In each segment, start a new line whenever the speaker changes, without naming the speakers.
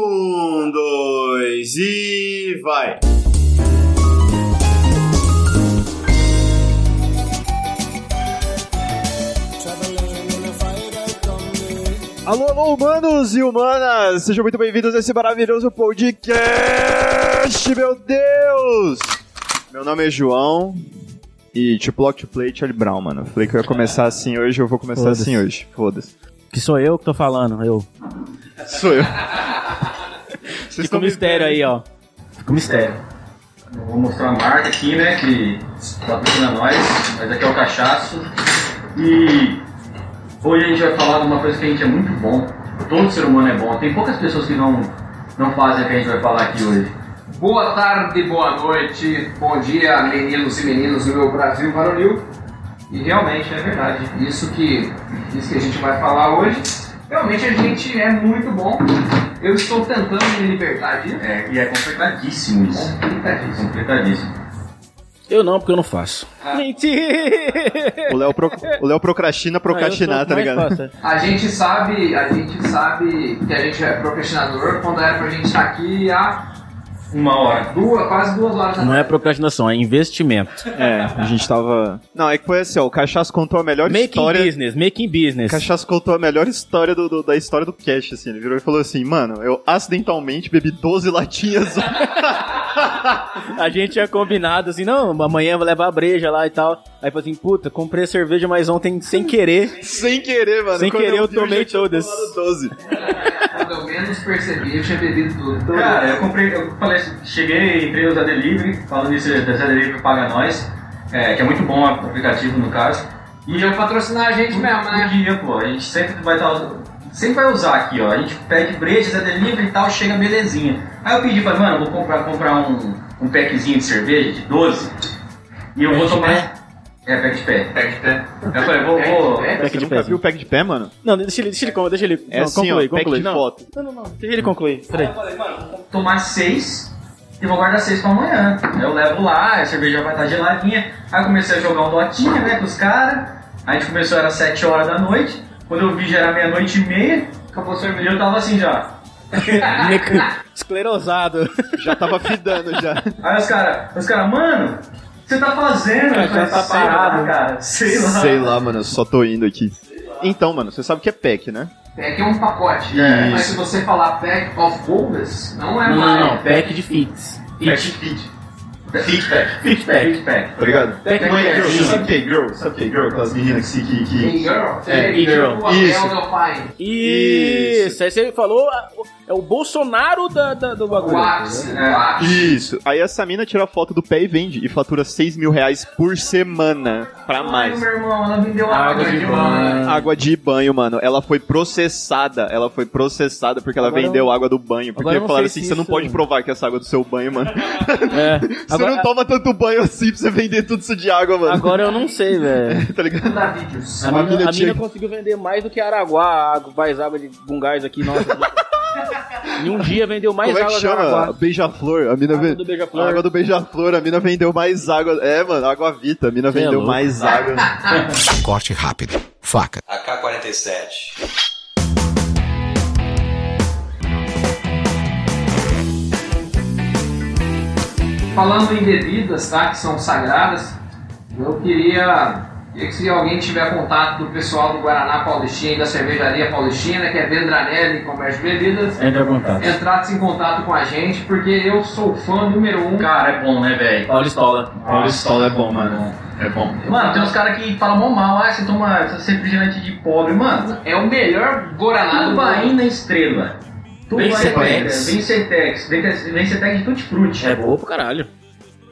Um, dois e vai!
Alô, alô, humanos e humanas! Sejam muito bem-vindos a esse maravilhoso podcast, meu Deus! Meu nome é João e tipo Lock to Play Charlie Brown, mano. Falei que eu ia começar assim hoje, eu vou começar
Foda-se.
assim hoje. Foda-se.
Que sou eu que tô falando, eu.
Sou eu. Vocês
Fica o
tão me
mistério aí, ó.
Fica um mistério. Eu Vou mostrar uma marca aqui, né? Que patrocina nós, mas aqui é o cachaço. E hoje a gente vai falar de uma coisa que a gente é muito bom. Todo ser humano é bom. Tem poucas pessoas que não, não fazem o que a gente vai falar aqui hoje.
Boa tarde, boa noite, bom dia, meninos e meninas do meu Brasil varonil.
E realmente é verdade.
Isso que, isso que a gente vai falar hoje, realmente a gente é muito bom. Eu estou tentando me libertar disso.
É, e é complicadíssimo isso.
Complicadíssimo.
Complicadíssimo.
Eu não, porque eu não faço. Mentira!
O Léo, pro... o Léo procrastina procrastinar, tá ligado?
A gente sabe, a gente sabe que a gente é procrastinador quando era pra gente estar aqui há
Uma hora.
duas, quase duas horas da
Não é
tarde.
procrastinação, é investimento.
É, a gente tava. Não, é que foi assim, ó. O Cachaço contou a melhor
Making
história.
business, making business.
Cachaço contou a melhor história do, do- da história do cast, assim. Ele virou e falou assim, mano, eu acidentalmente bebi 12 latinhas.
A gente tinha combinado assim, não, amanhã eu vou levar a breja lá e tal. Aí falei assim, puta, comprei a cerveja, mas ontem sem querer.
Sem querer, mano.
Sem
Quando
querer, eu
vi, já
tomei
tinha
todas.
tomado 12.
Quando eu menos percebi, eu tinha bebido tudo. Então,
Cara, eu comprei, eu falei, cheguei, entrei no Zé Delivery, falando isso, Zé Delivery paga nós, é, que é muito bom o aplicativo no caso. E eu
Podiam patrocinar a gente É mesmo, né?
Podia, pô. A gente sempre vai estar. Sempre vai usar aqui, ó. A gente pede brejas, é delivery e tal, chega belezinha. Aí eu pedi, falei, mano, eu vou comprar, comprar um, um packzinho de cerveja de 12. E eu vou tomar. É, pack de pé.
Pé de pé.
Eu falei, vou. vou...
Pé de pé.
Pack
Você
de
nunca
pé,
viu o pack de pé, mano?
Não, deixa ele, deixa ele, con- deixa ele
É
não,
assim,
concluir,
ó, pack
concluir.
de
Não.
foto.
não, não, não, deixa ele concluir.
Aí
Peraí.
eu falei, mano, vou tomar seis e vou guardar seis pra amanhã. Aí eu levo lá, a cerveja vai estar geladinha. Aí eu comecei a jogar um dotinha, né, com os caras. A gente começou, era sete horas da noite. Quando eu vi, já era meia-noite e meia. Acabou a cerveja, eu tava assim já.
Esclerosado.
Já tava fidando, já.
Aí os caras, os cara, mano, o que você tá fazendo?
Cara,
Eu falei,
tá
"Sei lá,
parado."
cara. Sei lá.
Sei lá, mano. Eu só tô indo aqui. Então, mano, você sabe o que é pack, né?
É que é um pacote.
É.
Mas se você falar pack of golders, não é
Não,
mais.
não, não, pack de fits.
Pack, feed. Feedback.
Feedback.
Feedback.
Obrigado.
Pack
Pack
mulher.
mulher.
Sabe o que é girl? Sabe o que é girl? Aquelas meninas que... que,
Hey girl.
É,
Hey tipo,
hey girl.
O anel
Isso.
do pai.
Isso. aí você falou, ah, o- é o Bolsonaro da, da- do
O
bagulho.
ápice.
É.
O ápice.
Isso. Aí essa mina tira a foto do pé e vende. E fatura 6 mil reais por semana. Pra
Ai,
mais.
meu irmão, ela me deu água.
de
de
banho.
Água de banho, mano. Ela foi processada. Ela foi processada porque ela
Agora
vendeu
eu-
água do banho.
agora
Porque
eu não
falaram
sei
assim:
se
você não
isso-
pode provar que essa água é do seu banho, mano.
É.
Você não tá-
Agora,
toma tanto banho assim pra você vender tudo isso de água, mano.
agora eu não sei, velho.
tá ligado?
Dá vídeos.
A
Uma
mina,
mina
a
tinha-
mina conseguiu vender mais do que Araguá, água- mais água de bungás aqui, nossa. em um dia vendeu mais
Como é
água
que
que
chama?
Araguá.
Beija-flor. A mina
Água
vende-
do beija-flor.
Água do beija-flor. A mina vendeu mais água. É, mano, água vita. A mina
Cê é
vendeu
louco.
mais água.
Corte rápido. Faca.
AK-47.
Falando em bebidas, tá? Que são sagradas, eu queria, queria que se alguém tiver contato do pessoal do Guaraná Paulistinha e da Cervejaria Paulistina, que é Vendranelli Comércio de Bebidas,
Entra à vontade.
entrasse em contato com a gente, porque eu sou fã número um.
Cara, é bom, né, velho?
Paulistola.
Paulistola é bom, mano. É bom.
Mano, tem uns caras que falam mó mal, ah, você toma você é refrigerante de pobre, mano.
É o melhor Guaraná do Bahia.
Tubaína é estrela.
Vencetex.
Vencetex. Vencetex. Vencetex de tutti frutti.
É boa pro caralho.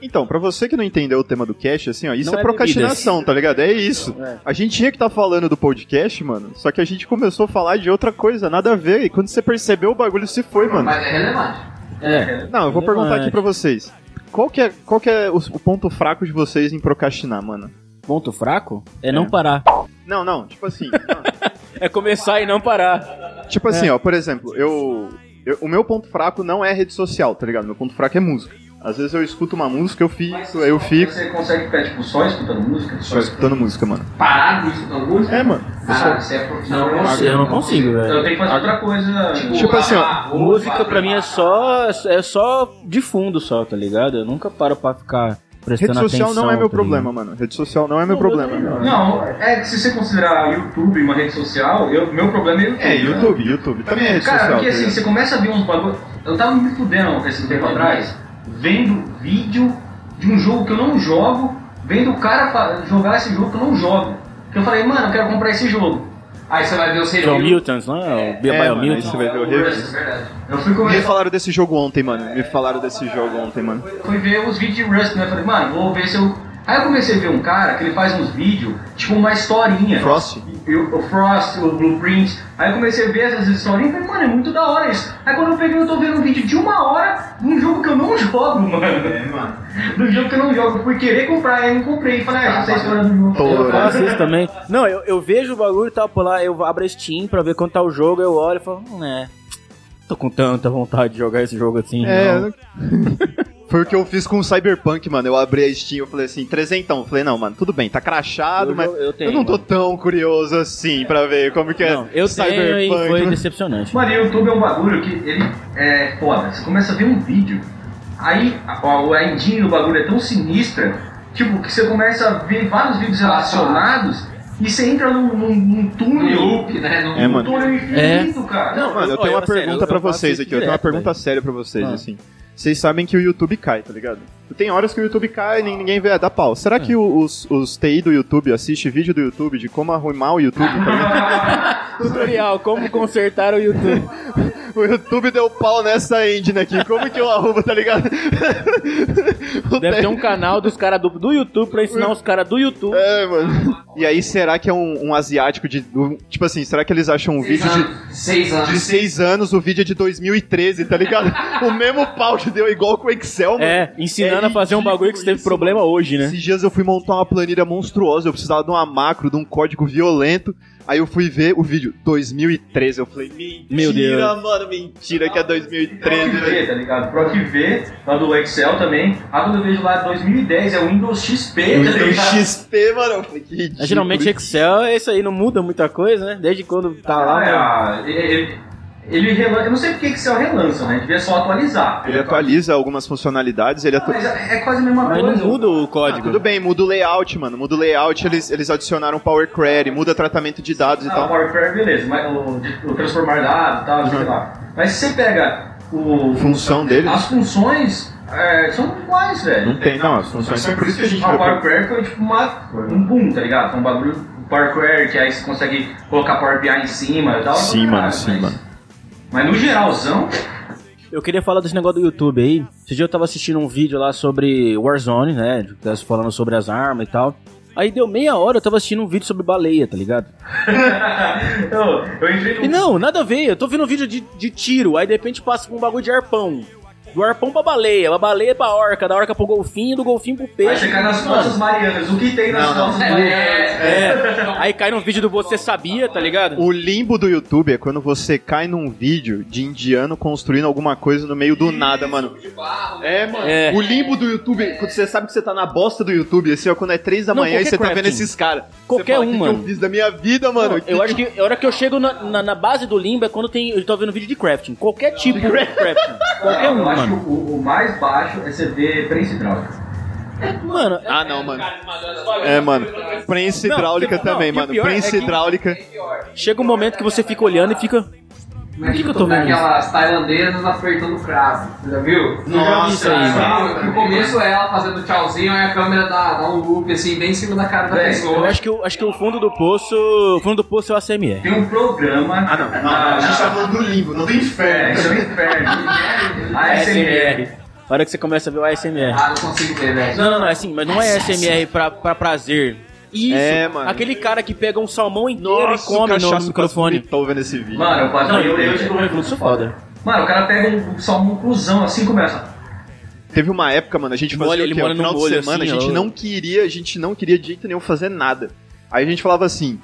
Então, pra você que não entendeu o tema do cast, assim, ó, isso
Não
é
é
procrastinação, tá ligado? É isso.
É.
A gente tinha que estar falando do podcast, mano, só que a gente começou a falar de outra coisa, nada a ver. E quando você percebeu, o bagulho se foi, mano.
Mas é relevante.
É.
Não, eu vou
Relevante.
perguntar aqui pra vocês. Qual que é, qual que é o, o ponto fraco de vocês em procrastinar, mano?
Ponto fraco é não parar.
Não, não, tipo assim. não.
É começar e não parar.
tipo assim, ó, por exemplo, eu, eu- O meu ponto fraco não é rede social, tá ligado? Meu ponto fraco é música. Às vezes eu escuto uma música, eu fico, eu fico
Você consegue ficar, tipo, só escutando música?
só escutando música, mano.
Parado de escutar música.
É, mano.
Caralho, você é profissional.
Não,
mesmo.
não sei.
Eu não consigo,
Então, Eu
velho.
tenho que fazer outra coisa.
Tipo assim, ó,
roupa,
Música pra mim é só, é só de fundo só, tá ligado? Eu nunca paro pra ficar prestando
Rede
atenção.
social não é meu
tá ligado?
problema, mano. Rede social não é meu problema.
Não, é que se você considerar YouTube uma rede social, eu, meu problema é YouTube.
É,
né?
YouTube, YouTube. Também é rede
Cara,
social.
porque
tá
assim,
ligado?
você começa a ver uns bagulho. Eu tava me fudendo esse tempo atrás, vendo vídeo de um jogo que eu não jogo, vendo o cara fa- jogar esse jogo que eu não jogo. Que eu falei, mano, eu quero comprar esse jogo.
Aí você vai ver os
Que é o
reviews.
Mutants, não é? O
É,
Bio
mano,
Mutants.
aí você vai ver o
É
review.
verdade.
Eu fui,
Me
come...
falaram desse jogo ontem, mano. Me falaram desse jogo ontem, mano.
fui ver os vídeos de Rust, né? Eu falei, mano, vou ver se eu. Aí eu comecei a ver um cara que ele faz uns vídeos, tipo uma historinha.
Frost?
E o o Frost, o Blueprint. Aí eu comecei a ver essas historinhas e falei, mano, é muito da hora isso. Aí quando eu peguei, eu tô vendo um vídeo de uma hora de um jogo que eu não jogo, mano. É, mano. Do jogo que eu não jogo. Eu Fui querer comprar, aí eu não comprei. Falei, ah, não sei a história do jogo.
Tô,
Eu
Eu
falo,
faço isso também. Não, eu, eu vejo o bagulho e tal, por lá, eu abro a Steam pra ver quanto tá o jogo, eu olho e falo, hum, é. Tô com tanta vontade de jogar esse jogo assim.
É.
não.
eu- Foi o que eu fiz com o Cyberpunk, mano. Eu abri a Steam, eu falei assim, trezentão. Eu falei, não, mano, tudo bem, tá crachado,
Eu-
mas
eu- eu tenho,
não tô
mano.
tão curioso assim pra ver como que
Não,
é
eu tenho
Cyberpunk. né?
e foi
mano.
decepcionante.
Mano, e o YouTube é um bagulho que ele é foda. Você começa a ver um vídeo, aí a, a, a engine do bagulho é tão sinistra, tipo, que você começa a ver vários vídeos relacionados e você entra num, num, num
Um
túnel.
loop, né? Não-
É,
Um
mano. É.
túnel infinito, cara.
Não,
Mano, eu tenho
Olha,
uma
sério,
pergunta
eu- eu
pra
faço
vocês
isso
aqui, eu tenho uma
direto,
pergunta
velho.
séria pra vocês,
Ah.
assim. Vocês sabem que o YouTube cai, tá ligado? Tem horas que o YouTube cai e nin- ninguém vê, ah, dá pau.
É.
Será que o- os, os TI do YouTube assiste vídeo do YouTube de como arrumar o YouTube? tá ligado?
Tutorial, como consertar o YouTube.
o YouTube deu pau nessa engine aqui, como que eu arrumo, tá ligado? O
Deve ter
TI
um canal dos caras do, do YouTube pra ensinar os caras do YouTube.
É, mano. E aí, será que é um, um asiático de. um- tipo assim, será que eles acham um
Seis
vídeo de,
anos. Seis anos.
de seis anos, o vídeo é de 2013, tá ligado? o mesmo pau que deu igual com o Excel, mano.
É, ensinando
É
a fazer um bagulho que você teve
isso,
problema hoje, né?
Esses dias eu fui montar uma planilha monstruosa, eu precisava de uma macro, de um código violento. Aí eu fui ver o vídeo 2013, eu falei, mentira,
Meu Deus.
mano, mentira que é 2013, velho.
ProcV, tá ligado? ProcV, lá do Excel também. Ah, quando eu vejo lá 2010, é o Windows XP, tá
Windows
ligado?
XP, mano, eu falei, que ridículo.
É, Geralmente Excel é isso aí, não muda muita coisa, né? Desde quando tá lá. né?
Ah, é, ele, ele relança, eu não sei porque Excel relança, né? Devia só atualizar.
Ele atualiza algumas funcionalidades, ele
Ah,
atu...
Mas é é quase a mesma
Mas
coisa.
não muda o código.
Tudo bem, muda o layout, mano. Muda o layout, eles, eles adicionaram um Power Query, muda tratamento de dados e
Ah, o
tal.
Power Query, beleza, mas o, de- o transformar dados e tal, sei lá. Mas se você pega o,
Função dele?
as funções, é, são iguais, velho.
Não tem, não. As funções são por isso que a gente
Ah, O
vai
Power Query foi tipo uma, um boom, tá ligado? Foi um bagulho o Power Query, que aí você consegue colocar Power BI em cima e tal. é
Sim, mano, sim,
mas,
mano.
Mas no geralzão,
Eu queria falar desse negócio do YouTube aí. Esse dia eu tava assistindo um vídeo lá sobre Warzone, né? De- das- Falando sobre as armas e tal. Aí deu meia hora, eu tava assistindo um vídeo sobre baleia, tá ligado?
eu, eu entrei
E
no.
não, nada a ver, eu tô vendo um vídeo de, de tiro, aí de repente passa pra um bagulho de arpão. Do arpão pra baleia, da baleia pra orca, da orca pro golfinho, do golfinho pro
Aí
peixe.
você cai nas
Mano,
nossas Marianas. O que tem nas nossas Marianas?
É, aí cai num vídeo do Você Sabia, tá ligado?
O limbo do YouTube é quando você cai num vídeo de indiano construindo alguma coisa no meio do nada, mano. É, mano.
É.
O limbo do YouTube, quando você sabe que você tá na bosta do YouTube, assim, ó, quando é três da
Não,
manhã e
qualquer
você tá vendo
crafting.
esses caras.
Qualquer
fala,
um,
"Que que
mano."
eu fiz da minha vida, mano.
Eu acho que a hora que eu chego na, na, na base do limbo é quando tem, eu tô vendo vídeo de crafting. Qualquer tipo de crafting. Qualquer um,
eu acho
mano.
que o, o mais baixo é você ver prensa hidráulica.
Mano,
Ah, não, mano. É, mano. Prensa
Não,
hidráulica
tipo, não,
também,
e o
mano.
pior é
Prensa
que-
hidráulica.
Chega um momento que você fica olhando e fica.
Como é
que que eu tô vendo
Aquelas tailandesas apertando o cravo. Você já viu?
Nossa,
Ah, No começo é ela fazendo tchauzinho, aí a câmera dá, dá um loop assim, bem em cima da cara da
Eu
É,
pessoa.
acho que, eu, acho que o fundo do poço. O fundo do poço é o ACMR.
Tem um programa. Ah, não.
a gente tá falando do limbo, não do
É,
inferno.
isso é um inferno. A SMR.
A hora que você começa a ver o ASMR.
Ah, não consigo ver, velho.
Não, não, não, é assim, mas não é ASMR pra, pra prazer. Isso,
É, mano.
aquele cara que pega um salmão inteiro e
Nossa, o
come no
cachaço
microfone.
Tô vendo esse vídeo.
Mano, eu quase
Não,
eu, eu,
eu refluxo foda.
Mano, o cara pega um, só um cruzão assim e começa.
Teve uma época, mano, a gente fazia
Molha,
o
ele
quê?
molha
No
no
final de
molho,
semana,
assim,
a gente
ó.
não queria, a gente não queria de jeito nenhum fazer nada. Aí a gente falava assim,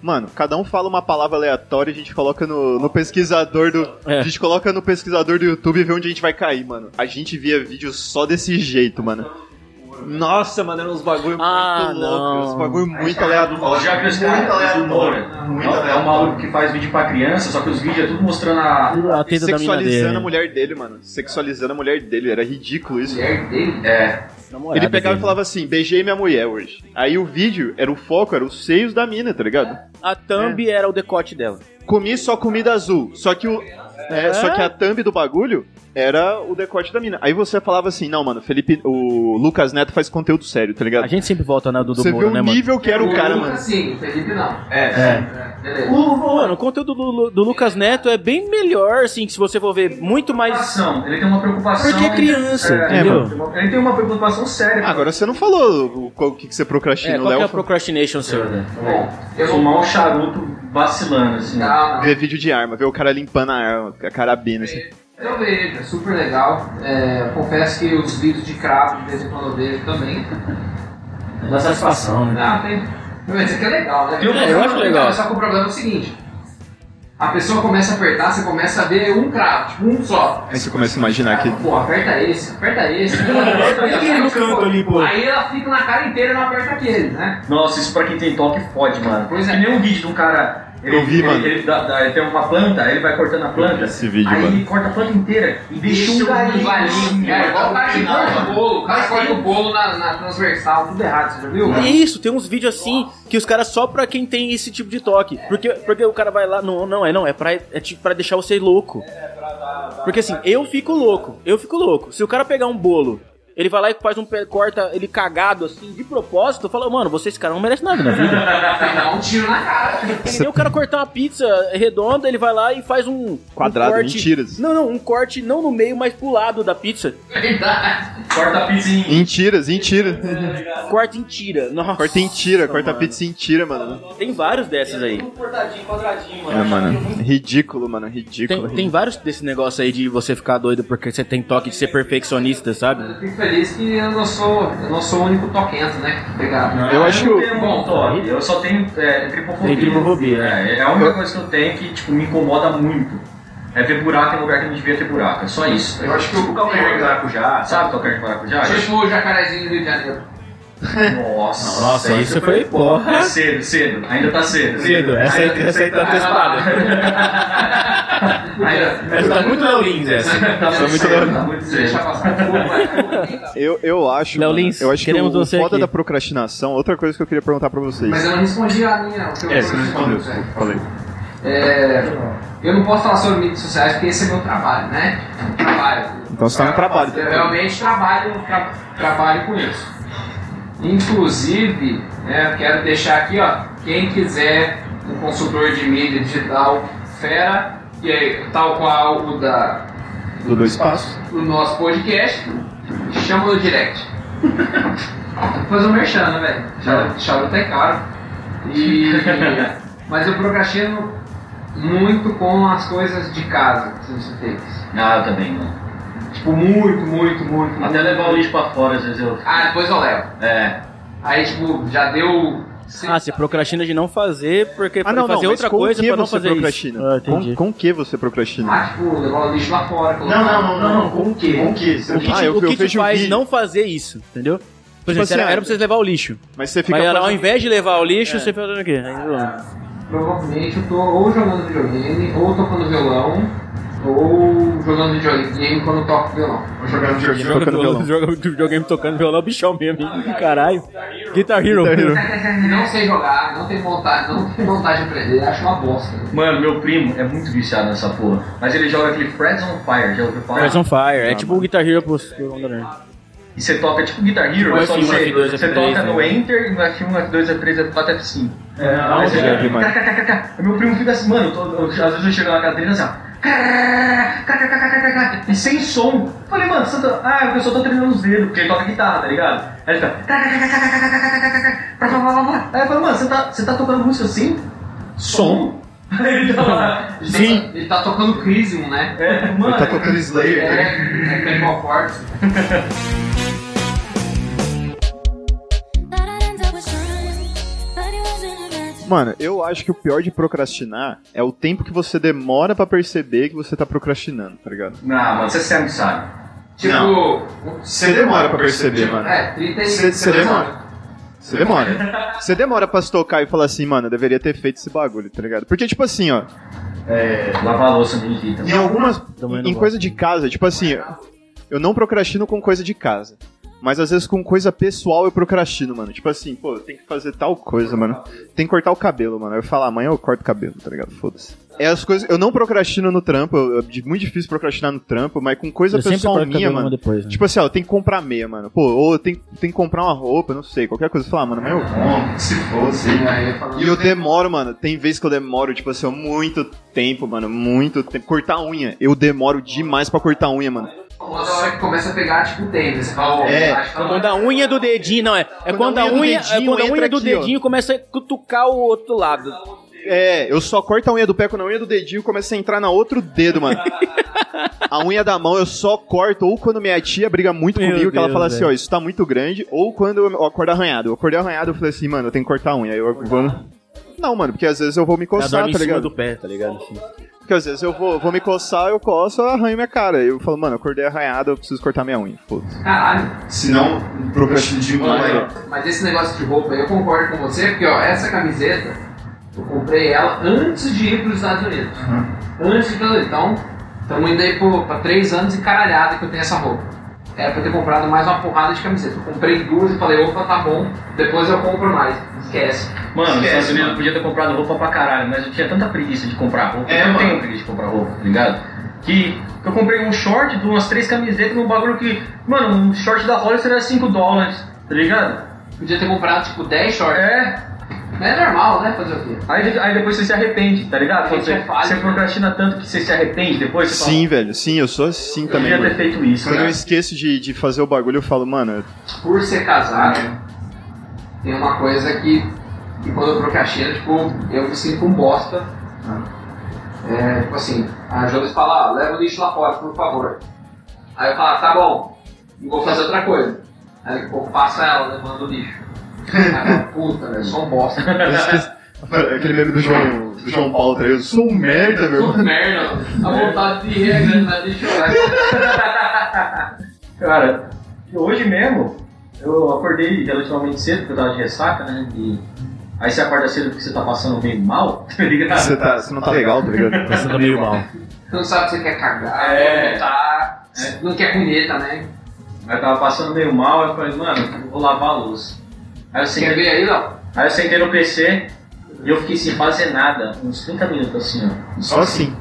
mano, cada um fala uma palavra aleatória, a gente coloca no, no pesquisador do.
É.
A gente coloca no pesquisador do YouTube e vê onde a gente vai cair, mano. A gente via vídeo só desse jeito, mano. Nossa, mano, eram uns bagulho
Ah,
muito
não.
louco. Uns bagulho muito aleatório.
Ó, Já que esse cara
Muito
é
aleatório.
humor,
Muito
é, é um
aleatório.
maluco que faz vídeo pra criança, só que os vídeos é tudo mostrando a.
A teta da mina
Sexualizando a
dele.
mulher dele, mano. Sexualizando a mulher dele. Era ridículo isso.
mulher dele.
É,
Ele
né?
pegava e falava assim, beijei minha mulher hoje. Aí o vídeo, era o foco, era os seios da mina, tá ligado?
A thumb
"É."
era o decote dela.
Comi só comida azul. Só que o. é,
É.
só que a thumb do bagulho era o decote da mina. Aí você falava assim, não, mano, Felipe. O Lucas Neto faz conteúdo sério, tá
A
ligado?
gente sempre volta na do, do
Você vê
Moro,
o
né, mano?
nível que era o cara,
Lucas,
mano.
Sim, o Felipe não.
é.
É, beleza.
O, mano, o conteúdo do, Lu- do Lucas Neto é bem melhor, assim, que se você for ver, muito mais.
Preocupação, Ele tem uma preocupação.
Porque é criança,
É,
entendeu?
tem uma- Ele tem uma preocupação séria.
Agora você não falou o, qual- o né? que, que você
É,
procrastinou,
qual que é a
Léo.
procrastination seu?
Bom, eu não.
Fumar um charuto vacilando, assim.
Não, não.
Ver vídeo de arma, ver o cara limpando a arma, a carabina, assim.
Eu vejo, é super legal. É, confesso que os vídeos de cravo de vez em quando eu vejo também.
Da satisfação, né?
Ah, tem. Mas isso aqui é legal, né?
Tem um-
É, eu acho legal.
Só que o problema é o seguinte: a pessoa começa a apertar, você começa a ver um cravo, tipo um só.
Aí você começa a
É
imaginar que.
Pô, aperta esse, aperta esse. tipo,
Aquele no canto ali, pô.
Aí ela fica na cara inteira e não aperta aquele, né?
Nossa, isso pra quem tem toque fode, mano.
Pois é.
Que nem um vídeo de um cara. Ele,
Eu vi,
ele,
mano.
ele dá- dá- ele tem uma planta, ele vai cortando a planta.
Esse vídeo,
aí
mano.
ele corta a planta inteira e deixa, um galinho.
É igual o cara que corta o bolo. O cara corta o bolo na, na transversal, tudo errado, você já viu?
É Isso, tem uns vídeos assim que os caras só pra quem tem esse tipo de toque. Porque, porque o cara vai lá, não, não, é não, é pra, é tipo pra deixar você louco. Porque assim, eu fico louco, eu fico louco. Se o cara pegar um bolo, ele vai lá e faz um pe- corta ele cagado assim, de propósito, fala, mano, você esse cara não merece nada na vida.
Vai dar um tiro na cara.
Que nem o cara cortar uma pizza redonda, ele vai lá e faz um. um
Quadrado,
corte-
mentiras.
Não, não, um corte não no meio, mas pro lado da pizza.
é Verdade.
Corta a pizza em
Mentiras, em tira.
Corte em tira. Nossa.
Corta em tira, corta a
mano.
pizza em tira, mano.
Tem vários dessas aí.
É, mano. Ridículo, mano. Ridículo.
Tem, tem vários desse negócio aí de você ficar doido porque você tem toque de ser perfeccionista, sabe?
Eu fico feliz que eu não sou, eu não sou o único toquento, né? Obrigado.
Eu acho que
não
eu-
tenho bom toque, eu só tenho é, tripofobia.
Tem tripofobia, né?
É, é a única coisa que eu tenho que tipo, me incomoda muito. É ver buraco em lugar que não devia ter buraco, é só isso. Tipo,
Eu acho que eu-
o calcanhar de maracujá, sabe o calcanhar de maracujá?
Deixa eu o jacarezinho do Rio de Janeiro.
Nossa,
Nossa, isso foi porra.
É cedo, cedo, ainda tá cedo.
Cedo, essa aí- essa aí tá
ainda,
Essa tá muito Leolins essa.
tá
muito
cedo, tá muito cedo.
Deixa passar. Desculpa, mas-
Eu, eu acho.
Léo
mano,
Lins,
eu acho que
queremos
o
você
foda
aqui.
da procrastinação, outra coisa que eu queria perguntar pra vocês.
Mas eu não respondi a minha, não. que eu-
É, você não respondeu, desculpa, falei.
É, eu não posso falar sobre mídias sociais porque esse é meu trabalho, né? Trabalho.
Então você tá no trabalho.
Eu realmente trabalho, tra- trabalho com isso. Inclusive, né, eu quero deixar aqui, ó, quem quiser um consultor de mídia digital fera, e aí, tal qual o da
Do dois passos.
o nosso podcast, chama no direct. Fazer um merchan, né, velho? Charuto- Charuto é caro. E... Mas eu procrastino muito com as coisas de casa, se você fez.
Ah, eu também, mano.
Tipo, muito, muito, muito.
Até
muito.
levar o lixo pra fora, às vezes eu.
Ah, depois eu levo.
É.
Aí, tipo, já deu...
Ah, você procrastina de não fazer porque
Ah, não,
fazer
não,
outra
mas com
coisa
que
pra não
você
fazer
procrastina?
isso. Ah,
com,
entendi.
com que você procrastina?
Ah, tipo, levar o lixo lá fora.
Não,
colocar-
não, não, não, não. Com o quê? Com o quê? Você
O que,
Ah,
te,
eu-
o que
eu
te
vejo
faz
vídeo.
não fazer isso, entendeu? Por exemplo,
assim,
era,
ah,
era pra vocês levar o lixo.
Mas você fica.
Mas era, ao
fazendo- É.
invés de levar o lixo, você fez o quê? Aí, ó.
Provavelmente eu tô ou jogando videogame, ou tocando violão, ou jogando videogame quando eu toco violão.
jogando videogame.
Joga
Tocando
violão-
violão.
joga videogame tocando violão, bichão mesmo, hein? caralho. Guitar Hero.
Guitar Hero.
Não sei jogar, não tenho vontade, não tenho vontade de aprender, acho uma bosta.
Mano, meu primo é muito viciado nessa porra. Mas ele joga aquele Freds on Fire, já ouviu falar?
Press on Fire, é tipo o Guitar Hero pros... pro-
E você toca tipo Guitar Hero, mas só que
F1,
você,
F2,
você
F3,
toca no
né?
Enter, no F1, F2, F3, F4, F5. É,
não,
você
cara,
já-
demais.
KKKKK. Meu primo fica assim, mano, eu tô- eu- às vezes eu chego na casa dele e assim, ó, KKKKKK, e sem som. Eu Falei, mano, você tá- ah, eu só tô treinando os dedos, porque ele toca guitarra, tá ligado? Aí ele fica, KKKKKKKKKK, pra blá, blá, blá, blá. Aí eu falo, mano, você tá, você tá tocando música assim? Som? Aí ele tá lá,
Sim. Ele tá tocando Crisium, né?
é, mano,
Ele tá tocando Slayer. né?
É, é Cannibal Corpse.
But I end up with trying, but it wasn't a match.
Mano, eu acho que o pior de procrastinar é o tempo que você demora pra perceber que você tá procrastinando, tá ligado?
Não, mano, você sempre sabe.
Tipo,
Não.
um-
Você demora pra perceber, mano.
é, 30 e
Cê- cê
32
demora.
anos.
Você demora. Você demora pra se tocar e falar assim, mano, eu deveria ter feito esse bagulho, tá ligado? Porque, tipo assim, ó,
É, lavar a louça me irrita.
em algumas.
Também
em-
não né?
Em coisa de casa, tipo assim, eu não procrastino com coisa de casa. Mas às vezes com coisa pessoal eu procrastino, mano. Tipo assim, pô, tem que fazer tal coisa, mano. Tem que cortar o cabelo, mano. Aí Eu falo, "Ah, amanhã eu corto o cabelo, tá ligado? Foda-se. É as coisas. Eu não procrastino no trampo, eu- é de- muito difícil procrastinar no trampo, mas com coisa
Eu sempre
pessoal
corto
minha,
cabelo
mano.
depois, né?
Tipo assim, ó, eu tenho que comprar meia, mano. Pô, ou eu tenho, tenho que comprar uma roupa, não sei, qualquer coisa. Falar, mano, mas eu compro, se fosse.
Aí eu falo,
E eu demoro, mano. Tem vezes que eu demoro, tipo assim, ó, muito tempo, mano. Muito tempo. Cortar a unha. Eu demoro demais pra cortar a unha, mano.
Quando a hora que começa a pegar, tipo, o tênis, você fala, ó,
É.
acho que tá
Quando a unha do dedinho, não, é. É quando, a unha,
do
é quando a
dedinho
unha
entra
do
aqui, ó.
dedinho começa a cutucar o outro lado.
É, eu só corto a unha do pé quando a unha do dedinho começa a entrar na outro dedo, mano. a unha da mão eu só corto ou quando minha tia briga muito
Meu
comigo, que ela
Deus,
fala assim,
velho.
ó, isso tá muito grande, ou quando eu acordo arranhado. Eu acordei arranhado, eu falei assim, mano, eu tenho que cortar a unha. Aí eu vou... Não, mano, porque às vezes eu vou me
Ela
coçar,
dorme
tá
em cima
ligado?
do pé, tá ligado? Assim.
Porque às vezes eu vou, vou me coçar, eu coço, eu arranho minha cara. Eu falo, mano, eu acordei arranhado, eu preciso cortar minha unha. Foda-se.
Caralho.
Senão, procrastino demais. ó.
Mas esse negócio de roupa aí, eu concordo com você, porque, ó, essa camiseta, eu comprei ela antes de ir para os Estados Unidos.
Uhum.
Antes de ir pros- Então, estamos indo aí por, pra três anos encaralhada que eu tenho essa roupa. Era pra eu ter comprado mais uma porrada de camiseta. Eu comprei duas e falei, opa, tá bom, depois eu compro mais. Esquece.
Mano, nos
Esquece,
Estados Unidos eu
mano.
podia ter comprado roupa pra caralho, mas eu tinha tanta preguiça de comprar roupa.
É,
eu não
mano.
tenho preguiça de comprar roupa, tá ligado? Que eu comprei um short de umas três camisetas num bagulho que. Mano, um short da Hollister era 5 dólares, tá ligado?
Podia ter comprado, tipo, 10 shorts.
É.
Mas é normal, né? Fazer o quê?
Aí, aí depois você se arrepende, tá
Gente,
ligado? Quando você,
é fácil,
você
né?
procrastina tanto que você se arrepende depois, você
Sim, velho, sim, eu sou assim
fala, eu
também,
devia
mano.
ter feito isso,
Quando eu
cara.
esqueço de, de fazer o bagulho, eu falo, mano,
por ser casado, tem uma coisa que, que quando eu procrastino, tipo, eu me sinto um bosta. É, tipo assim, a Jones fala, ah, leva o lixo lá fora, por favor. Aí eu falo, "Ah, tá bom, eu vou fazer outra coisa. Aí daqui a pouco passa ela levando o lixo. Aí eu falo, puta, velho, sou um bosta.
eu esqueço. Aquele meme do João, do João Paulo, tá ligado? Eu sou um merda,
É
meu
Sou
irmão.
merda, a vontade de ir é grande, mas deixa eu
Cara, hoje mesmo, eu acordei relativamente cedo, porque eu tava de ressaca, né? E aí você acorda cedo porque você tá passando meio mal, tá ligado?
Você, tá, você não tá legal, tá ligado?
Passando meio mal.
Você não sabe se você quer cagar,
É.
vomitar, não quer né? comer também.
Aí eu tava passando meio mal, aí eu falei, mano, eu vou lavar a luz. Aí eu
Quer
sentei,
ver aí, não?
aí eu sentei no PC e eu fiquei sem fazer nada, uns 30 minutos assim, ó.
Só assim.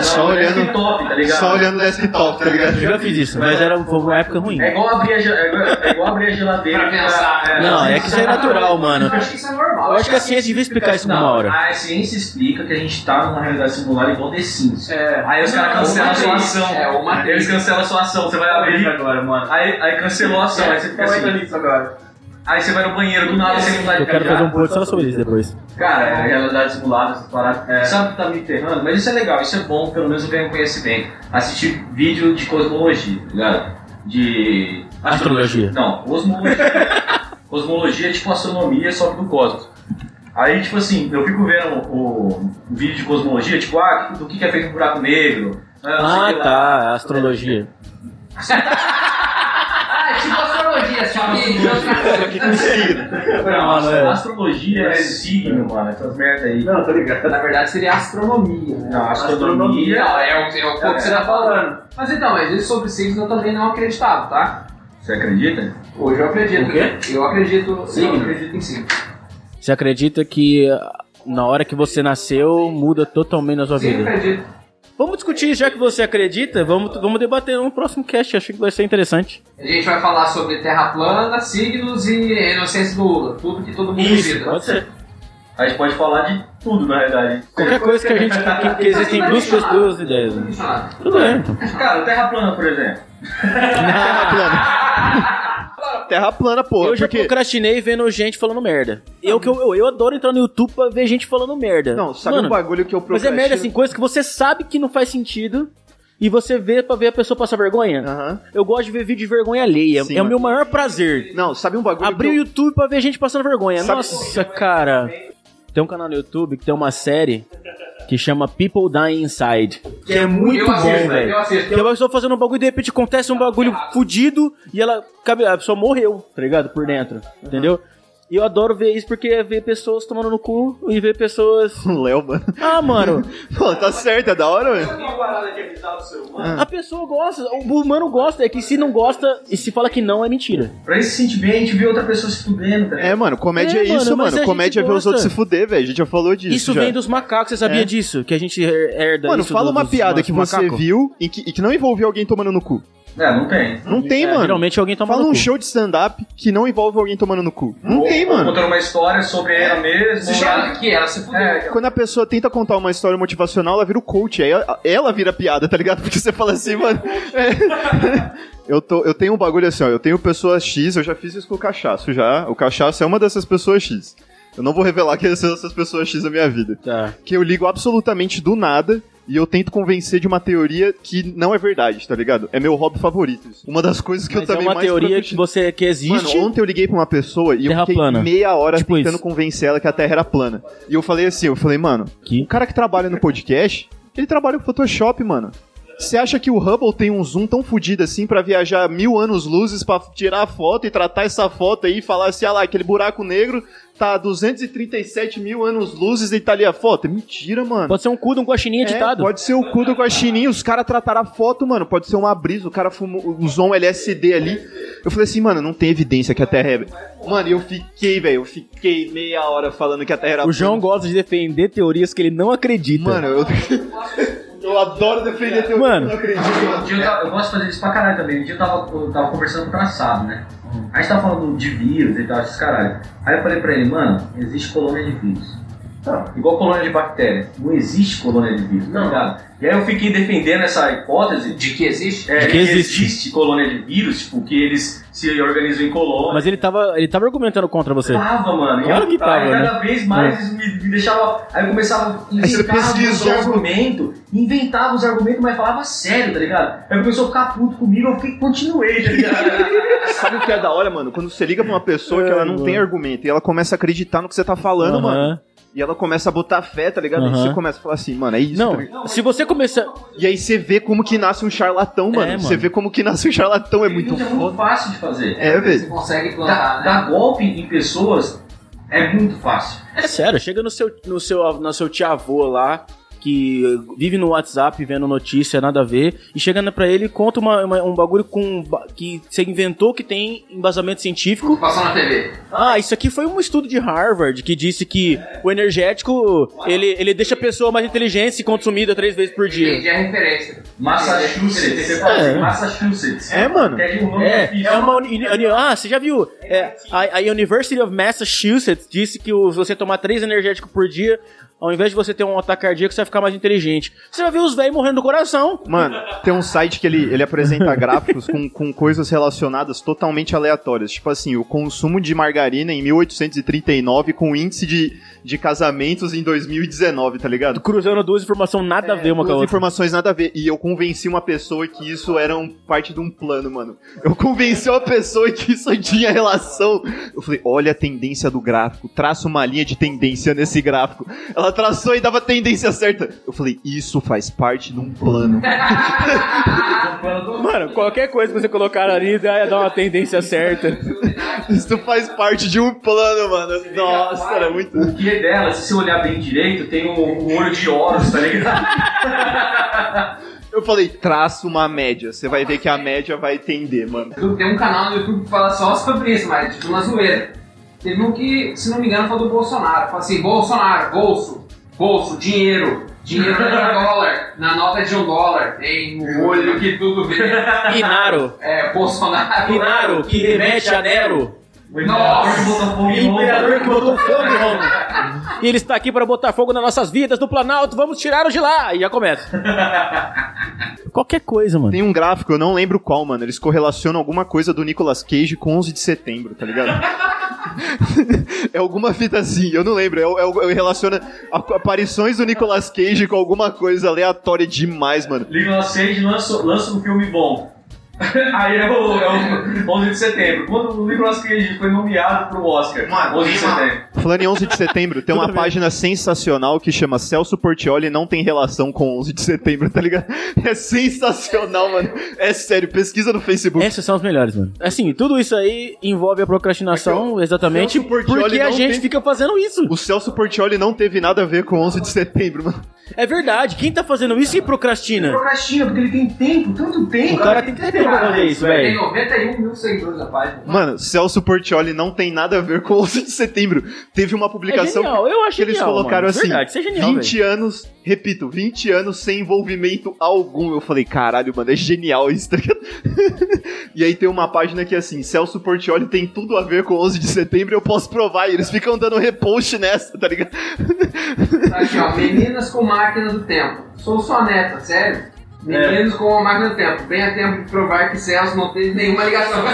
Só
Não,
olhando-
desktop, tá ligado?
Só olhando o desktop, tá
Eu
ligado?
já fiz isso, mas era, um, foi uma época ruim.
É igual abrir a, ge- é igual- é igual abrir a geladeira.
Pra pensar, né?
Não, é que isso é natural, mano.
Eu acho que isso é normal.
Eu acho que a ciência devia explicar isso numa
Não,
hora.
A ciência explica que a gente tá numa realidade simulada igual The Sims.
É.
Aí os caras
Não,
cancelam a
uma
sua
vez.
ação.
É, uma Tá vez.
Eles cancelam a sua ação, você vai abrir. agora, mano. Aí, aí cancelou a ação,
É,
aí você fica assim.
nisso tá agora.
Aí você vai no banheiro, do nada você não vai
Eu quero fazer um post só sobre isso depois.
Cara, é realidade simulada, essas paradas. Sabe o que tá me enterrando? Mas isso é legal, isso é bom, pelo menos eu ganho conhecimento. Assistir vídeo de cosmologia, tá ligado? De.
Astrologia.
Não, cosmologia. cosmologia é tipo astronomia, só que do cosmos. Aí, tipo assim, eu fico vendo o, o vídeo de cosmologia, tipo, ah, do que que é feito um buraco negro. Ah, não sei
Ah,
o que lá.
tá, astrologia.
Ah, é tipo astrologia, só que de outra coisa.
Não,
Mano, é.
Astrologia é signo, mano, essas merda aí. Não, tô ligado.
Na verdade seria astronomia, né?
Não, astronomia.
Não, é o, é o pouco que você tá falando. Mas então, mas isso sobre signos eu também não acreditava, tá?
Você acredita?
Hoje eu acredito.
O quê?
Eu acredito.
Signo?
Eu acredito em signo.
Você acredita que ah, na hora que você nasceu, muda totalmente a sua
Sim, eu
vida?
acredito.
Vamos discutir, já que você acredita, vamos, vamos debater no próximo cast, acho que vai ser interessante.
A gente vai falar sobre terra plana, signos e a inocência do Lula. Tudo que todo mundo vida.
pode ser.
A gente pode falar de tudo, na realidade.
Qualquer coisa que a gente. que, que existem duas, pessoas, duas ideias. né? Tudo bem. então.
Cara, Terra plana, por exemplo.
Terra plana. Terra plana, porra.
eu já
porque...
procrastinei vendo gente falando merda. Eu, que eu, eu, eu adoro entrar no YouTube pra ver gente falando merda.
Não, sabe
Mano,
um bagulho que eu
Mas é
procrastino?
merda assim, coisa que você sabe que não faz sentido e você vê pra ver a pessoa passar vergonha.
Aham.
Eu gosto de ver vídeo de vergonha alheia.
É. Sim,
é o
mano.
meu maior prazer.
Não, sabe um bagulho
Abrir o
que eu...
YouTube pra ver gente passando vergonha.
Sabe-
Nossa, cara. Tem um canal no YouTube que tem uma série que chama People Die Inside. Que é muito
eu
bom,
assisto,
velho.
eu assisto.
Que a pessoa fazendo um bagulho e de repente acontece um bagulho fudido e ela. cabe- A pessoa morreu, tá ligado? Por dentro. Entendeu? E eu adoro ver isso porque é ver pessoas tomando no cu e ver pessoas.
O Léo, mano.
Ah, mano,
Pô, tá certo, é da hora, velho.
é
Ah.
a pessoa gosta, o humano gosta, é que se não gosta e se fala que não é mentira.
Pra ele se sentir bem, a gente vê outra pessoa se fudendo, tá ligado?
É, mano, comédia é,
É, mano,
isso,
mas
mano.
a gente
Comédia é ver os
gosta.
outros se fuder, velho. A gente já falou disso.
Isso,
já.
vem dos macacos, você sabia
É.
disso? Que a gente her- herda
Mano,
isso
fala
do-
uma
dos
piada que
nossos
você
macacos.
viu e que, e que não envolveu alguém tomando no cu.
É, não tem.
Não tem,
É,
mano.
Geralmente alguém toma
Fala
no
um
cu.
show de stand-up que não envolve alguém tomando no cu. Não tem, mano.
Contando uma história sobre
É.
ela mesma.
Que ela- Que ela se fudeu.
É,
Quando a pessoa tenta contar uma história motivacional, ela vira o coach. Aí ela- ela vira piada, tá ligado? Porque você fala assim, mano. é. Eu, tô, eu tenho um bagulho assim, ó. Eu tenho pessoa X, eu já fiz isso com o cachaço já. O cachaço é uma dessas pessoas X. Eu não vou revelar que são essas pessoas X da minha vida.
Tá.
Que eu ligo absolutamente do nada e eu tento convencer de uma teoria que não é verdade, tá ligado? É meu hobby favorito. isso. Uma das coisas que eu
Mas é
também
uma
mais
teoria que
procrastino.
você que existe.
Mano, ontem eu liguei pra uma pessoa e eu
Terra
fiquei
plana.
meia hora
Tipo
tentando
isso.
convencer ela que a Terra era plana. E eu falei assim, eu falei, mano,
Que?
o cara que trabalha no podcast, ele trabalha com Photoshop, mano. Você acha que o Hubble tem um zoom tão fodido assim pra viajar mil anos luzes pra tirar a foto e tratar essa foto aí e falar assim, ah lá, aquele buraco negro tá a 237 mil anos luzes e tá ali a foto? Mentira, mano.
Pode ser um cu de um guaxininho
É,
editado.
pode ser o cu do guaxininho, os caras trataram a foto, mano. Pode ser uma brisa, o cara fumou, usou um LSD ali. Eu falei assim, mano, não tem evidência que a Terra é... Mano, eu fiquei, velho, eu fiquei meia hora falando que a Terra era...
O João gosta de defender teorias que ele não acredita.
Mano, eu... eu adoro defender teu...
Mano.
Não acredito,
Um
mano.
dia eu, tava- eu gosto de fazer isso pra caralho também. Um dia eu tava, eu tava conversando com o traçado, né? A gente tava falando de vírus e tal, esses caralho. Aí eu falei pra ele, mano, existe colônia de vírus. Tá, Igual colônia de bactéria. Não existe colônia de vírus, tá ligado? E aí eu fiquei defendendo essa hipótese de,
De que existe?
é,
De que
que
existe.
existe. colônia de vírus, tipo, que eles se organizam em colônia.
Mas ele tava, ele tava argumentando contra você.
Tava, mano.
Claro
E
que tava,
aí
né?
Cada vez mais isso me, me deixava. Aí eu começava a
você
inventar os
pesquisou.
argumentos, inventava os argumentos, mas falava sério, tá ligado? Aí começou a ficar puto comigo, eu fiquei, continuei, tá ligado?
Sabe o que é da hora, mano? Quando você liga pra uma pessoa que ela não tem argumento e ela começa a acreditar no que você tá falando,
É, Aham.
mano. E ela começa a botar fé, tá ligado?
Aham.
E você começa a falar assim, mano, é isso. tá ligado?
Não, se você começar.
E aí você vê como que nasce um charlatão, mano.
É, mano.
Você vê como que nasce um charlatão, é muito
Isso é muito
foda.
fácil de fazer.
É, velho.
Você consegue
Dar,
plantar, né?
dar golpe em pessoas é muito fácil.
É sério, chega no seu, no seu, no seu tia-avô lá, que vive no WhatsApp vendo notícia, nada a ver, e chegando pra ele e conta uma- uma- um bagulho com, ba- que você inventou que tem embasamento científico.
Passou na TV.
Ah, isso aqui foi um estudo de Harvard que disse que o energético ele, ele deixa a pessoa mais inteligente se consumida três vezes por dia.
Entendi a referência.
Massachusetts.
Entendi a referência.
É. Massachusetts.
É, mano.
Quer que o nome
É,
fixe.
é uma. uni- uni- Ah, você já viu? É, a, a University of Massachusetts disse que o- se você tomar três energéticos por dia, ao invés de você ter um ataque cardíaco, você vai ficar mais inteligente. Você vai ver os velhos morrendo do coração.
Mano, tem um site que ele, ele apresenta gráficos com, com coisas relacionadas totalmente aleatórias. Tipo assim, o consumo de margarina em 1839 com o índice de, de casamentos em 2019, tá ligado?
Cruzando duas informações nada a ver uma com a
Duas
outra.
informações nada a ver. E eu convenci uma pessoa que isso era um, parte de um plano, mano. Eu convenci uma pessoa que isso tinha relação. Eu falei, olha a tendência do gráfico. Traça uma linha de tendência nesse gráfico. Ela traçou e dava a tendência certa. Eu falei, isso faz parte de um plano.
Mano, qualquer coisa que você colocar ali vai dar uma tendência certa.
Isso faz parte de um plano, mano. Nossa, era muito.
O que é dela, se você olhar bem direito, tem o o olho de Horus, tá ligado?
Eu falei, traça uma média. Você vai ver que a média vai tender, mano.
Tem um canal no YouTube que fala só sobre isso, mas tipo uma zoeira. Teve um que, se não me engano, foi do Bolsonaro. Fala assim, Bolsonaro, bolso, bolso, dinheiro. Dinheiro é um dólar, na nota de um dólar. Tem o olho que tudo vê.
Inaro.
É, Bolsonaro.
Inaro, que remete a Nero.
O imperador
Nossa.
que botou fogo em Roma.
Imperador que botou fogo, Rômulo. E ele está aqui para botar fogo nas nossas vidas do Planalto. Vamos tirá-lo de lá. E já começa. Qualquer coisa, mano.
Tem um gráfico, eu não lembro qual, mano. Eles correlacionam alguma coisa do Nicolas Cage com 11 de setembro, tá ligado? é alguma fita assim, eu não lembro. Eu, eu, eu relaciono a- aparições do Nicolas Cage com alguma coisa aleatória demais, mano.
Nicolas Cage lança, lança um filme bom. Aí é o, é o 11 de setembro. Quando o Nicolas Cage foi nomeado pro Oscar,
Mano,
11 de
tem uma-
setembro.
Falando em 11 de setembro, tem uma página sensacional que chama Celso Portioli não tem relação com 11 de setembro, tá ligado? É sensacional, mano. É sério, pesquisa no Facebook.
Esses são os melhores, mano. Assim, tudo isso aí envolve a procrastinação, exatamente,
Celso Portiolli
porque a
não
gente
tem-
fica fazendo isso.
O Celso Portioli não teve nada a ver com 11 de setembro, mano.
É verdade, quem tá fazendo isso e procrastina? É
Procrastina, porque ele tem tempo, tanto tempo.
O cara tem que ter tempo pra fazer isso,
Tem
velho.
91 mil seguidores na página.
Mano, Celso Portioli não tem nada a ver com 11 de setembro. Teve uma
É
publicação
genial, eu acho
que eles
genial,
colocaram
mano.
assim,
Verdade, isso é genial,
20 anos, repito, 20 anos sem envolvimento algum. Eu falei, caralho, mano, é genial isso, tá ligado? E aí tem uma página que é assim, Celso Portioli tem tudo a ver com 11 de setembro, eu posso provar. E eles ficam dando repost nessa, tá ligado?
Tá Aqui, ó. Meninas com máquina do tempo. Sou sua neta, sério?
É.
Meninos com a máquina do tempo. Bem a tempo de provar que Celso não teve nenhuma ligação.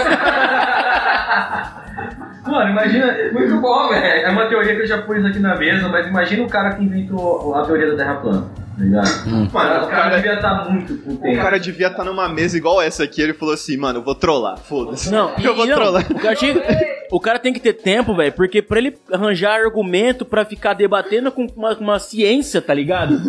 Mano, imagina.
Muito bom,
É
velho.
uma teoria que eu já pus aqui na mesa, mas imagina o cara que inventou a teoria da Terra plana. tá Ligado?
Mano,
o cara devia estar muito com
O
tempo.
cara devia estar numa mesa igual essa aqui. Ele falou assim, mano, eu vou trollar, foda-se.
Não, e-
eu vou
e não,
trollar.
O cara, tinha- o cara tem que ter tempo, velho, porque pra ele arranjar argumento pra ficar debatendo com uma, uma ciência, tá ligado?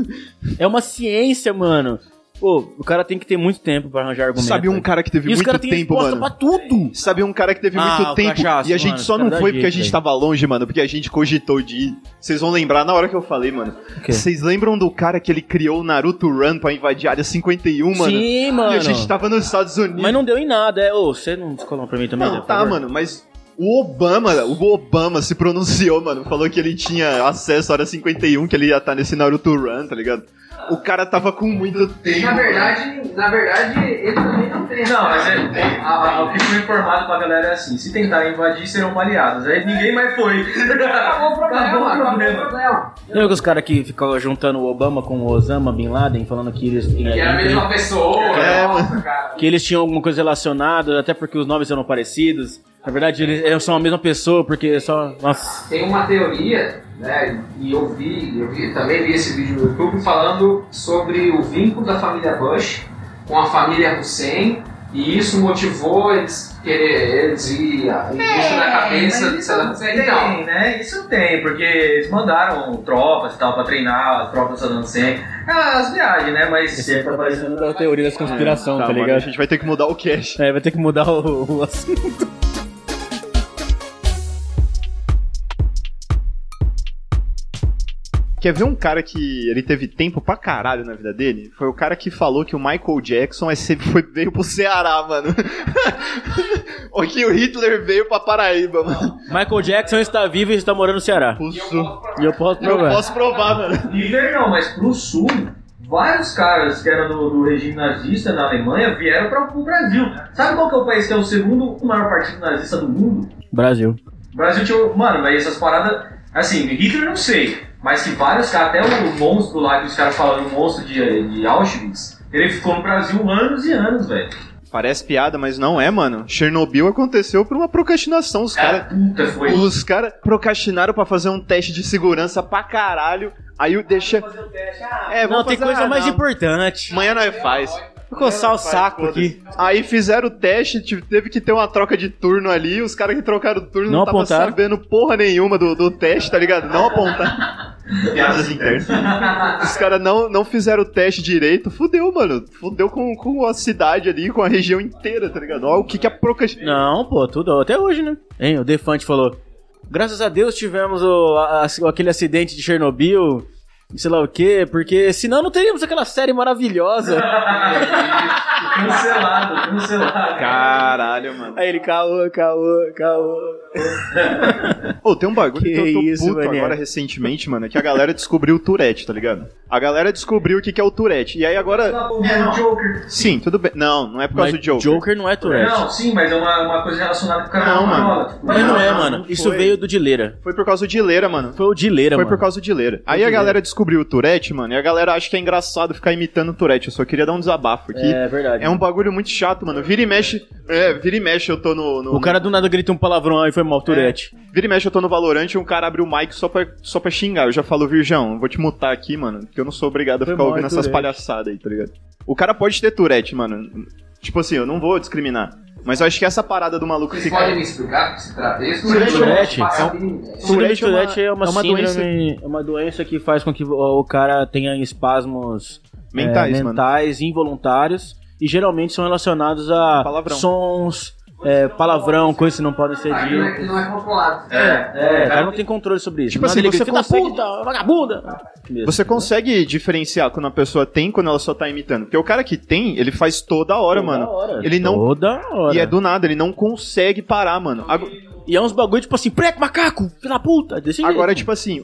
É uma ciência, mano. Pô, o cara tem que ter muito tempo pra arranjar argumento.
Sabe um
velho.
cara que teve
E os
muito
caras têm
tempo,
resposta
mano?
pra tudo.
Sabe um cara que teve
Ah,
muito
o
tempo
cachaço,
e a gente
mano,
só
esse
não
cara dá
foi porque a
jeito,
gente
velho.
tava longe, mano, porque a gente cogitou de ir. Vocês vão lembrar na hora que eu falei, mano.
quê?
Vocês lembram do cara que ele criou o Naruto Run pra invadir a área 51, mano?
Sim,
E
mano.
a gente tava nos Estados Unidos.
Mas não deu em nada, é. Ô, você não descolou pra mim também,
Não,
por
tá,
favor?
mano, mas o Obama, o Obama se pronunciou, mano, falou que ele tinha acesso à área 51, que ele ia estar nesse Naruto Run, tá ligado? O cara tava com muito tempo.
Na
mano.
verdade, na verdade, ele também não tem. Ah,
Não, mas é, a- a- o que foi informado pra galera é assim: se tentarem invadir, serão baleados. Aí ninguém mais foi.
Acabou o problema,
Acabou o
acabou o
problema.
problema.
Lembra que os caras que ficavam juntando o Obama com o Osama Bin Laden, falando que eles,
Que era a mesma pessoa.
É,
nossa, cara.
que eles tinham alguma coisa relacionada, até porque os nomes eram parecidos. Na verdade, eles eles são a mesma pessoa, porque é só. Nossa.
Tem uma teoria, né? E eu vi, eu vi, também vi esse vídeo no YouTube falando sobre o vínculo da família Bush com a família Hussein. E isso motivou eles querer eles ir a- em
É,
busca da cabeça de Saddam Hussein. Então,
Tem, né? Isso tem, porque eles mandaram tropas e tal pra treinar, as tropas Saddam Hussein. Ah, As viagens, né? Mas é, tá parecendo.
da teoria das conspiração,
Tá, mano, a gente vai ter que mudar o cash.
É, vai ter que mudar o, o assunto.
Quer ver um cara que ele teve tempo pra caralho na vida dele? Foi o cara que falou que o Michael Jackson é se- foi, veio pro Ceará, mano. Ou que o Hitler veio pra Paraíba, mano.
Michael Jackson está vivo e está morando no Ceará.
Pro sul.
E eu posso
Eu
provar.
posso provar, mano.
Hitler não, mas pro sul, vários caras que eram do, do regime nazista na Alemanha vieram pra, pro Brasil. Sabe qual que é o país que é o segundo maior partido nazista do mundo?
Brasil.
O Brasil tinha. o- Mano, mas essas paradas. Assim, Hitler eu não sei, mas que vários caras, até o monstro lá que os caras falaram, o monstro de, de Auschwitz, ele ficou no Brasil anos e anos, velho.
Parece piada, mas não é, mano. Chernobyl aconteceu por uma procrastinação. Os
Cara,
caras
puta foi.
os cara procrastinaram pra fazer um teste de segurança pra caralho. Aí o deixa. É,
Não,
vamos
tem
fazer-
coisa
ah,
mais
não.
importante.
Amanhã nós faz.
Vou coçar o saco aqui.
Aí fizeram o teste, tive- teve que ter uma troca de turno ali. Os caras que trocaram o turno
Não
não estavam
apontaram.
sabendo porra nenhuma do, do teste, tá ligado? Não apontaram. Piadas internas. Os caras não, não fizeram o teste direito. Fudeu, mano. Fudeu com, com a cidade ali, com a região inteira, tá ligado? Olha o que, que a procrastinação.
Não, pô, tudo até hoje, né? Hein, o Defante falou. Graças a Deus tivemos o, a- a- aquele acidente de Chernobyl, sei lá o quê, porque senão não teríamos aquela série maravilhosa.
Cancelado, cancelado.
Caralho, mano.
Aí ele caô, caô, caô.
Ô, tem um bagulho que,
Que
eu tô
isso,
puto
mané.
agora recentemente, mano, é que a galera descobriu o Tourette, tá ligado? A galera descobriu o que, que é o Tourette. E aí agora.
O um Joker.
Sim, tudo bem. Não, não é por causa
Mas
do Joker.
Joker não é Tourette.
Não, sim, mas é uma, uma coisa relacionada com o cara
Não,
da
mano.
Manola, tipo,
Mas não é, mano.
não
Isso
foi.
veio do Dileira.
Foi por causa de leira, mano.
Foi o Dileira,
Foi
mano.
por causa de leira. Aí a
de
galera descobriu o Tourette, mano, e a galera acha que é engraçado ficar imitando o Tourette. Eu só queria dar um desabafo aqui. É,
É verdade.
um bagulho muito chato, mano. Vira e mexe. É, vira e mexe, eu tô no. no
O cara do nada grita um palavrão aí foi mal Tourette.
Vira e mexe, eu tô no Valorant e um cara abre o mic só pra, só pra xingar. Eu já falo, Virgão, eu vou te mutar aqui, mano, porque eu não sou obrigado a
Foi
ficar
mal,
ouvindo
é
essas
Tourette.
palhaçadas aí, tá ligado? O cara pode ter Tourette, mano. Tipo assim, eu não vou discriminar. Mas eu acho que essa parada do maluco
Vocês
ficar.
podem me explicar o que se trata isso?
Sim,
Tourette,
Não,
são-
não faço
Síndrome
Tourette
de
é uma-
Tourette é uma,
é uma
síndrome,
doença-
é uma doença que faz com que o- o cara tenha espasmos
Mentais,
é,
mano.
mentais involuntários e geralmente são relacionados a
Palavrão.
sons, é, palavrão, coisas que não podem ser
a mínima ideia. Aquilo é
ditas.
que não é calculado.
É, o cara não tem controle sobre isso.
Tipo
Nada
assim,
ele grita,
você
"Filho da
consegue-
puta, vagabunda. Mesmo.
Você consegue diferenciar quando a pessoa tem quando ela só tá imitando? Porque o cara que tem, ele faz toda hora,
Toda
mano.
hora,
Ele não.
Toda hora.
E é do nada, ele não consegue parar, mano. Ago-
E é uns bagulho tipo assim, preto, macaco, filho da puta. Desse jeito.
Agora, tipo assim,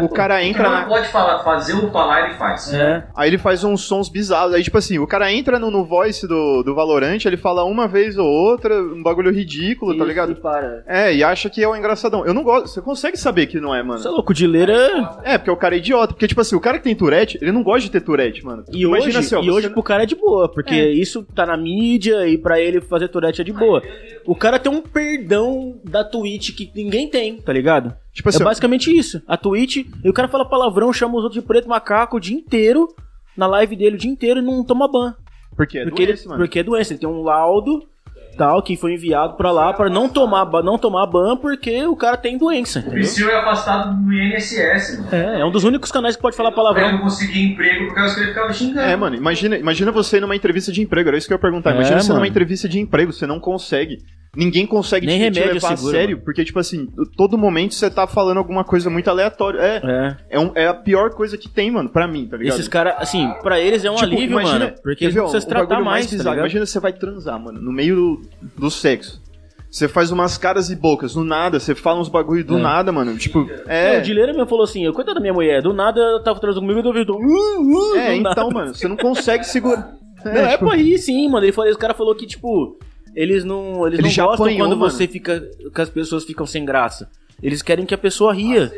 o cara entra
Não
na.
pode falar, fazer o falar ele faz.
Tá É.
Aí ele faz uns sons bizarros. Aí, tipo assim, o cara entra no, no voice do, do Valorante, ele fala uma vez ou outra, um bagulho ridículo, tá
Isso,
ligado?
e para.
É, e acha que é um engraçadão. Eu não gosto. Você consegue saber que não é, mano.
Você é louco, de leira.
É, porque o cara é idiota. Porque, tipo assim, o cara que tem Tourette, ele não gosta de ter Tourette, mano.
E hoje,
assim, ó,
e hoje
você-
pro cara é de boa, porque isso tá na mídia e pra ele fazer Tourette é de boa. O cara tem um perdão da Twitch que ninguém tem, tá ligado?
Tipo assim,
é
ó,
basicamente isso. A Twitch, e o cara fala palavrão, chama os outros de preto macaco o dia inteiro, na live dele o dia inteiro e não toma ban.
porque é
porque,
doença,
ele,
mano.
porque é doença, ele tem um laudo tal que foi enviado pra lá pra não tomar ba- não tomar ban porque o cara tem doença.
O
entendeu?
Priscil é afastado do INSS, mano.
É, é um dos únicos canais que pode falar
Pra ele
palavrão.
não conseguir emprego porque os que ele ficava xingando.
É, mano, imagina, imagina você numa entrevista de emprego, era isso que eu ia perguntar. Imagina
É,
você
mano.
numa entrevista de emprego, você não consegue. Ninguém consegue
Nem
te, te
remédio
levar a
segura,
sério, porque, tipo assim, todo momento você tá falando alguma coisa muito aleatória. É,
É.
é, um- é a pior coisa que tem, mano, pra mim, tá ligado?
Esses caras, assim, pra eles é um
Tipo,
alívio,
imagina-
mano. Porque
quer
eles
ver, ó,
precisam se
o
tratar
bagulho
mais, tá
bizarro.
ligado?
Imagina você vai transar, mano, no meio do, do sexo. Você faz umas caras e bocas, do nada, você fala uns bagulho do
É.
nada, mano. Tipo, é.
É, O Dileira mesmo falou assim, eu coitado da minha mulher, do nada ela tava transando comigo e eu ouvi um, uh, uh,
é,
do nada.
então, tipo- mano, você não consegue segurar.
Não, é pra rir sim, mano. Ele falou, esse cara falou que, tipo, eles não, eles
Ele já
não gostam
apanhou,
quando
mano.
você fica, que as pessoas ficam sem graça. Eles querem que a pessoa ria.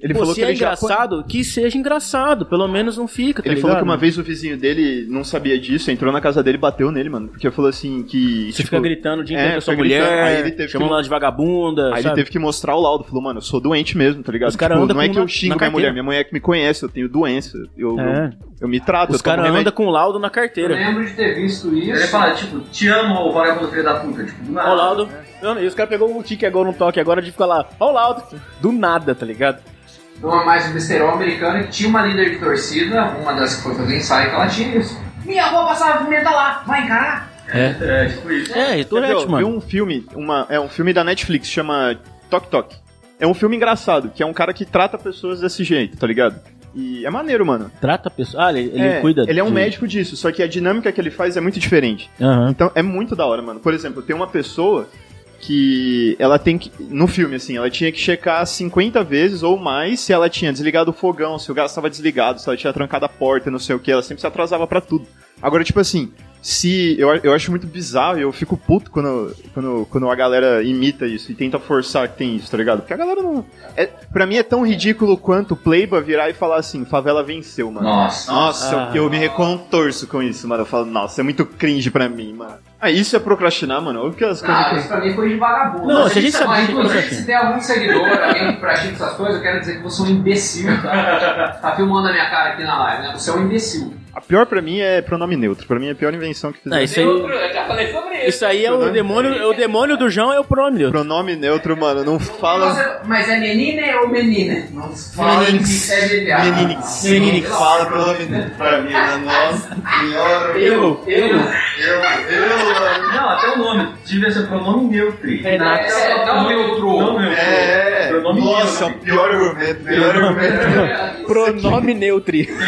Ele
Pô,
falou
se
que
é
ele já apan-
engraçado, que seja engraçado. Pelo menos não fica, tá
Ele falou que
ligado?
uma vez o vizinho dele não sabia disso, entrou na casa dele e bateu nele, mano. Porque falou assim que.
Você
tipo,
fica gritando o dia
é,
inteiro com a sua
fica gritando,
mulher,
aí ele teve que
chamando
mo-
ela de vagabunda,
Aí ele
sabe?
teve que mostrar o laudo. Falou, mano, eu sou doente mesmo, tá ligado?
Os cara
Tipo,
anda
não é
com
que eu
na- na
xingo minha
carteira.
mulher, minha mulher é que me conhece, eu tenho doença. Eu,
É.
eu, eu me trato,
Os
eu tomo
caras
remédio.
andam com o laudo na
Eu
carteira.
lembro de ter visto isso.
Ele fala, tipo, te amo, ô vagabundo filho da puta. Tipo, do nada.
Ó o laudo. Mano, e os caras pegou um tique agora, um toque agora de ficar lá, ó o laudo. Do nada, tá ligado?
Uma mais um besterol americano que tinha uma líder de torcida, uma das que foi fazer ensaio, que ela tinha isso. Minha avó passava pimenta lá, vai encarar.
É, tipo isso.
É, e Tourette,
Eu vi
mano.
um filme, uma, é um filme da Netflix, chama Tok Tok. É um filme engraçado, que é um cara que trata pessoas desse jeito, tá ligado? E é maneiro, mano.
Trata a pessoa. Ah, ele, ele
é,
cuida.
Ele é um
de-
médico disso, só que a dinâmica que ele faz é muito diferente.
Aham.
Então é muito da hora, mano. Por exemplo, tem uma pessoa que ela tem que. No filme, assim, ela tinha que checar 50 vezes ou mais se ela tinha desligado o fogão, se o gás estava desligado, se ela tinha trancado a porta, não sei o que. Ela sempre se atrasava pra tudo. Agora, tipo assim, se. Eu, eu acho muito bizarro e eu fico puto quando, quando, quando a galera imita isso e tenta forçar que tem isso, tá ligado? Porque a galera não. É, pra mim é tão ridículo quanto o Playba virar e falar assim: favela venceu, mano.
Nossa.
Nossa,
Ah.
eu, eu me recontorço com isso, mano. Eu falo, nossa, é muito cringe pra mim, mano. Ah, isso é procrastinar, mano. Olha que as coisas
Ah,
que-
isso pra mim foi de vagabundo.
Não, se a gente
Mas,
sabe que-
Inclusive, se tem algum seguidor, alguém que pratica essas coisas, eu quero dizer que você é um imbecil. Tá, tá filmando a minha cara aqui na live, né? Você é um imbecil.
A pior pra mim é pronome neutro. Pra mim é a pior invenção que
Não,
fizeram.
isso aí.
eu já falei sobre
Isso aí é o demônio. é O demônio do João é o prômio.
Pronome neutro, mano, não fala.
mas é menina ou menina? Não fala
Meninix.
que é bebê.
Meninix.
Meninix.
Fala pronome neutro pra mim, né? Nossa senhora.
Eu.
Eu.
Eu, eu, mano.
Não, até o nome. Devia ser pronome neutro.
É, é, não neutro.
Não neutro.
É, é.
Pronome
Nossa,
neutro.
pior argumento, pior argumento.
Pronome neutri.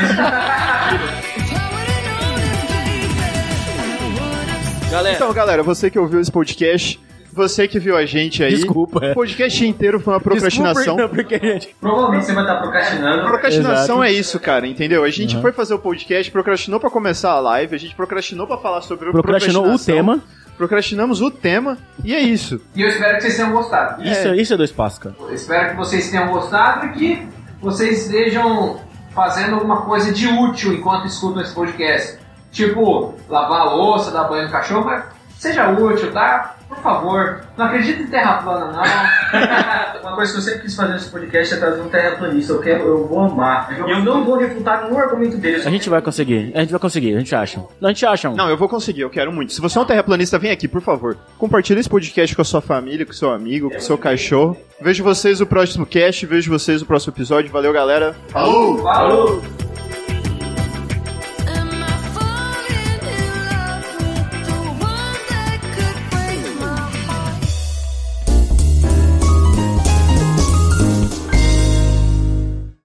Galera,
Então, galera, você que ouviu esse podcast, você que viu a gente aí.
Desculpa, é.
O podcast inteiro foi uma procrastinação.
desculpa, porque, gente.
Provavelmente você vai estar procrastinando.
Procrastinação
Exato.
é isso, cara, entendeu? A gente foi fazer o podcast, procrastinou pra começar a live, a gente procrastinou pra falar sobre o
Procrastinou o
procrastinação,
tema.
Procrastinamos o tema e é isso.
E eu espero que vocês tenham gostado.
Isso é, isso é dois passos, cara.
Eu espero que vocês tenham gostado e que vocês estejam fazendo alguma coisa de útil enquanto escutam esse podcast. Tipo, lavar a louça, dar banho no cachorro, mas seja útil, tá? Por favor, não acredita em terra plana, não.
Uma coisa que eu sempre quis fazer nesse podcast é trazer um terraplanista. Eu, quero, eu vou amar. E eu não vou refutar nenhum argumento dele.
A gente vai conseguir, a gente vai conseguir, a gente acha. Não, a gente acha um.
Não, eu vou conseguir, eu quero muito. Se você é um terraplanista, vem aqui, por favor. Compartilha esse podcast com a sua família, com seu amigo, com seu cachorro. Vejo vocês no próximo cast, vejo vocês no próximo episódio. Valeu, galera.
Falou!
Falou!